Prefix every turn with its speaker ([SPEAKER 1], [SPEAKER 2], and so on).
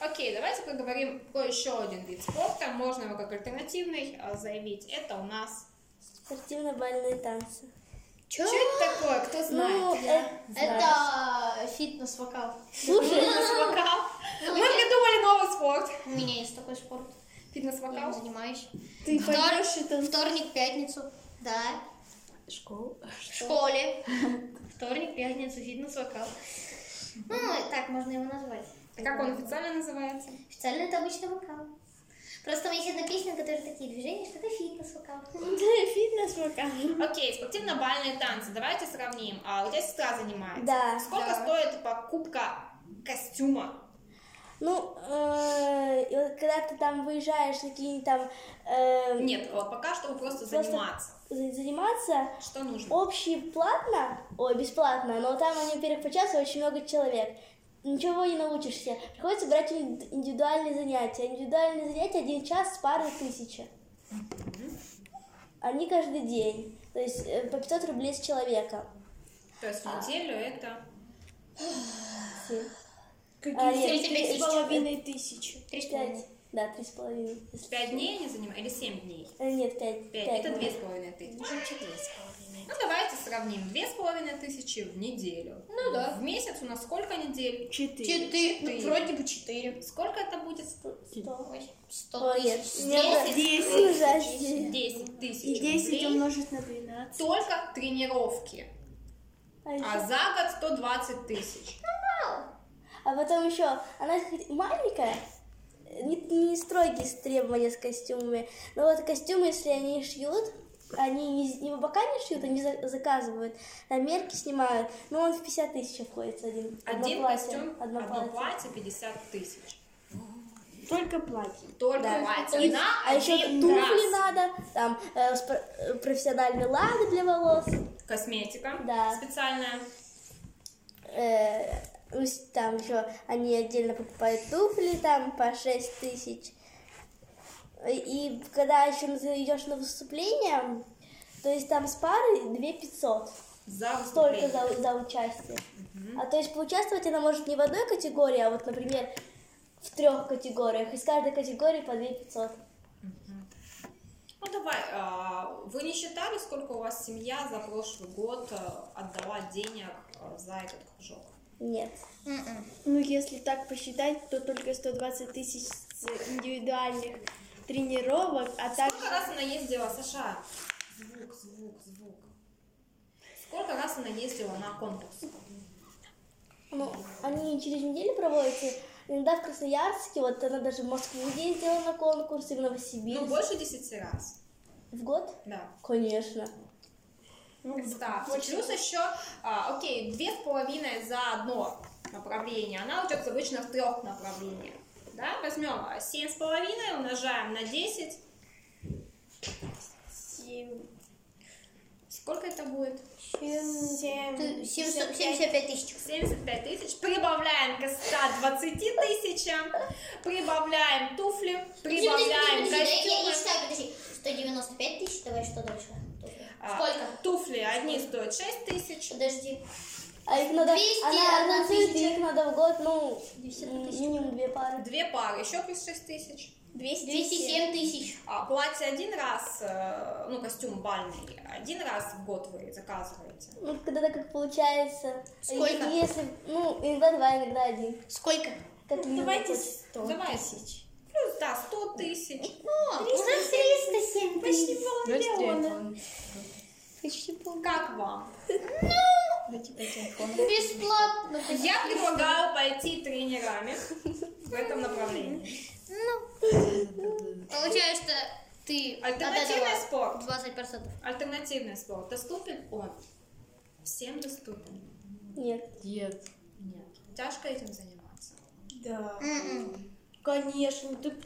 [SPEAKER 1] Окей, давайте поговорим про еще один вид спорта. Можно его как альтернативный а, заявить. Это у нас...
[SPEAKER 2] Спортивно-бальные танцы.
[SPEAKER 3] Чё?
[SPEAKER 1] Что это такое? Кто
[SPEAKER 2] Ну,
[SPEAKER 1] знает?
[SPEAKER 2] э,
[SPEAKER 3] Это фитнес-вокал.
[SPEAKER 1] У
[SPEAKER 2] слушай,
[SPEAKER 1] нас вокал.
[SPEAKER 3] Ну,
[SPEAKER 1] Мы
[SPEAKER 3] я-
[SPEAKER 1] придумали новый спорт.
[SPEAKER 3] У меня есть такой спорт. Я им
[SPEAKER 1] Фитнес-вокал.
[SPEAKER 3] занимаюсь.
[SPEAKER 2] ты
[SPEAKER 3] Втор-
[SPEAKER 2] пойдешь и танцуешь.
[SPEAKER 3] Вторник, пятницу. Да.
[SPEAKER 4] Школу.
[SPEAKER 3] В школе. Вторник, пятница, фитнес-вокал. Ну, так можно его назвать.
[SPEAKER 1] А Как он официально называется?
[SPEAKER 3] Официально это обычный вокал. Просто у меня есть одна песня, в которой такие движения, что это фитнес-вокал.
[SPEAKER 2] Фитнес-вокал.
[SPEAKER 1] Окей, спортивно-бальные танцы. Давайте сравним. А у тебя сестра занимается.
[SPEAKER 2] Да.
[SPEAKER 1] Сколько
[SPEAKER 2] да.
[SPEAKER 1] стоит покупка костюма?
[SPEAKER 2] Ну, э, и вот когда ты там выезжаешь на какие-нибудь там э,
[SPEAKER 1] Нет, а пока что просто
[SPEAKER 2] Просто-
[SPEAKER 1] заниматься.
[SPEAKER 2] за- заниматься,
[SPEAKER 1] Что нужно?
[SPEAKER 2] общий платно, ой, бесплатно, но там они, во-первых, по часу очень много человек. Ничего не научишься. Приходится брать инди- индивидуальные занятия. Индивидуальные занятия один час с парой тысячи. Они каждый день. То есть э, по 500 рублей с человека.
[SPEAKER 1] То есть в неделю это...
[SPEAKER 2] А, нет,
[SPEAKER 3] Если у тебя
[SPEAKER 2] три-
[SPEAKER 3] есть
[SPEAKER 2] три-
[SPEAKER 4] тысячи.
[SPEAKER 3] Три с
[SPEAKER 2] Пять.
[SPEAKER 3] половиной.
[SPEAKER 2] Да, три с половиной. Если-
[SPEAKER 1] Пять дней они занимаются? Или семь дней?
[SPEAKER 2] э, Нет, пять.
[SPEAKER 1] Пять.
[SPEAKER 2] пять,
[SPEAKER 1] это
[SPEAKER 2] ну.
[SPEAKER 1] две с половиной тысячи. Ну, давайте сравним. Две с половиной тысячи в неделю. Ну да. В месяц у нас сколько недель?
[SPEAKER 4] Четыре.
[SPEAKER 3] Четыре.
[SPEAKER 1] Четыре.
[SPEAKER 3] Ну, вроде бы четыре.
[SPEAKER 1] Сколько это будет?
[SPEAKER 2] Сто.
[SPEAKER 3] Ой, Сто
[SPEAKER 2] Ой, нет,
[SPEAKER 3] тысяч.
[SPEAKER 2] нет,
[SPEAKER 4] Десять.
[SPEAKER 2] ужаснее.
[SPEAKER 1] Десять тысяч
[SPEAKER 4] И 10
[SPEAKER 1] рублей.
[SPEAKER 4] умножить на 12.
[SPEAKER 1] Только тренировки.
[SPEAKER 2] А
[SPEAKER 1] А за
[SPEAKER 2] ещё-
[SPEAKER 1] год 120 тысяч.
[SPEAKER 2] А потом еще, она хоть маленькая, не, не строгие с- требования с костюмами, но вот костюмы, если они шьют, они не, с- не в бока не шьют, они за- заказывают, на мерки снимают, но он в 50 тысяч обходится один.
[SPEAKER 1] Один
[SPEAKER 2] одно платье,
[SPEAKER 1] костюм,
[SPEAKER 2] одно
[SPEAKER 1] одно
[SPEAKER 2] платье.
[SPEAKER 1] платье 50 тысяч.
[SPEAKER 4] Только платье.
[SPEAKER 1] Только
[SPEAKER 2] Да.
[SPEAKER 1] платье
[SPEAKER 2] И-
[SPEAKER 1] на
[SPEAKER 2] а еще
[SPEAKER 1] один
[SPEAKER 2] туфли
[SPEAKER 1] раз.
[SPEAKER 2] надо, там э, спро- э, профессиональные лады для волос,
[SPEAKER 1] Косметика
[SPEAKER 2] Да.
[SPEAKER 1] специальная.
[SPEAKER 2] э, ну, с- там еще они отдельно покупают туфли там по 6 тысяч. И когда еще идешь на выступление, то есть там с пары 2 500
[SPEAKER 1] За
[SPEAKER 2] только
[SPEAKER 1] выступление.
[SPEAKER 2] за, за участие. А то есть поучаствовать она может не в одной категории, а вот, например, в трех категориях. Из каждой категории по 2 500.
[SPEAKER 1] Ну давай, а, вы не считали, сколько у вас семья за прошлый год а, отдала денег а, за этот кружок?
[SPEAKER 2] Нет.
[SPEAKER 3] М-м.
[SPEAKER 4] Ну, если так посчитать, то только 120 тысяч с индивидуальных тренировок, а также...
[SPEAKER 1] Сколько раз она ездила, Саша? Звук, звук, звук. Сколько раз она ездила на конкурс?
[SPEAKER 2] Ну, они через неделю проводятся. Иногда в Красноярске, вот она даже в Москву ездила на конкурс, и в Новосибирск.
[SPEAKER 1] Ну, больше десяти раз.
[SPEAKER 2] В год?
[SPEAKER 1] Да.
[SPEAKER 2] Конечно.
[SPEAKER 1] Представьте.
[SPEAKER 4] больше.
[SPEAKER 1] Плюс еще, а, окей, две с половиной за одно направление. Она учится обычно в трех направлениях. Да, возьмем а, семь с половиной, умножаем на 10.
[SPEAKER 4] Семь-
[SPEAKER 1] Сколько это будет?
[SPEAKER 4] семь-
[SPEAKER 3] Ты- семьсот-
[SPEAKER 4] семьдесят пять.
[SPEAKER 3] 75 тысяч.
[SPEAKER 1] 75 тысяч, прибавляем к 120 тысячам, прибавляем туфли,
[SPEAKER 3] Ну,
[SPEAKER 1] прибавляем
[SPEAKER 3] Подожди, подожди, подожди, Я я не
[SPEAKER 1] костюмы.
[SPEAKER 3] считаю, подожди. 195 тысяч, давай что дальше?
[SPEAKER 1] А,
[SPEAKER 3] Сколько?
[SPEAKER 1] Туфли одни стоят 6 тысяч,
[SPEAKER 3] Подожди.
[SPEAKER 2] А их надо...
[SPEAKER 3] 200,
[SPEAKER 2] она
[SPEAKER 3] одна
[SPEAKER 2] анонсирует,
[SPEAKER 3] тысяча.
[SPEAKER 2] и их надо в год, ну,
[SPEAKER 3] 200
[SPEAKER 2] м,
[SPEAKER 3] тысяч.
[SPEAKER 2] минимум две пары.
[SPEAKER 1] две пары, еще плюс 6 тысяч.
[SPEAKER 3] 207 тысяч.
[SPEAKER 1] А платье один раз, э, ну, костюм бальный, один раз в год вы заказываете.
[SPEAKER 2] Ну, когда-то как получается.
[SPEAKER 3] Сколько?
[SPEAKER 2] И Если, ну, иногда два, иногда один.
[SPEAKER 3] Сколько?
[SPEAKER 2] Как минимум.
[SPEAKER 4] Ну, Давайте
[SPEAKER 2] хочется.
[SPEAKER 4] 100
[SPEAKER 1] Давай.
[SPEAKER 4] тысяч.
[SPEAKER 1] Плюс, да, 100 тысяч.
[SPEAKER 3] О, уже 307
[SPEAKER 1] Почти
[SPEAKER 3] тысяч.
[SPEAKER 1] полмиллиона. Как вам?
[SPEAKER 3] Бесплатно.
[SPEAKER 1] Я предлагаю пойти тренерами в этом направлении.
[SPEAKER 3] Получается, ты от
[SPEAKER 1] Альтернативный
[SPEAKER 3] этого
[SPEAKER 1] спорт.
[SPEAKER 3] 20%.
[SPEAKER 1] Альтернативный спорт. Доступен он? Всем доступен?
[SPEAKER 2] Нет.
[SPEAKER 4] Нет.
[SPEAKER 1] Нет. Тяжко этим заниматься?
[SPEAKER 4] Да.
[SPEAKER 3] М-м.
[SPEAKER 4] Конечно. Ты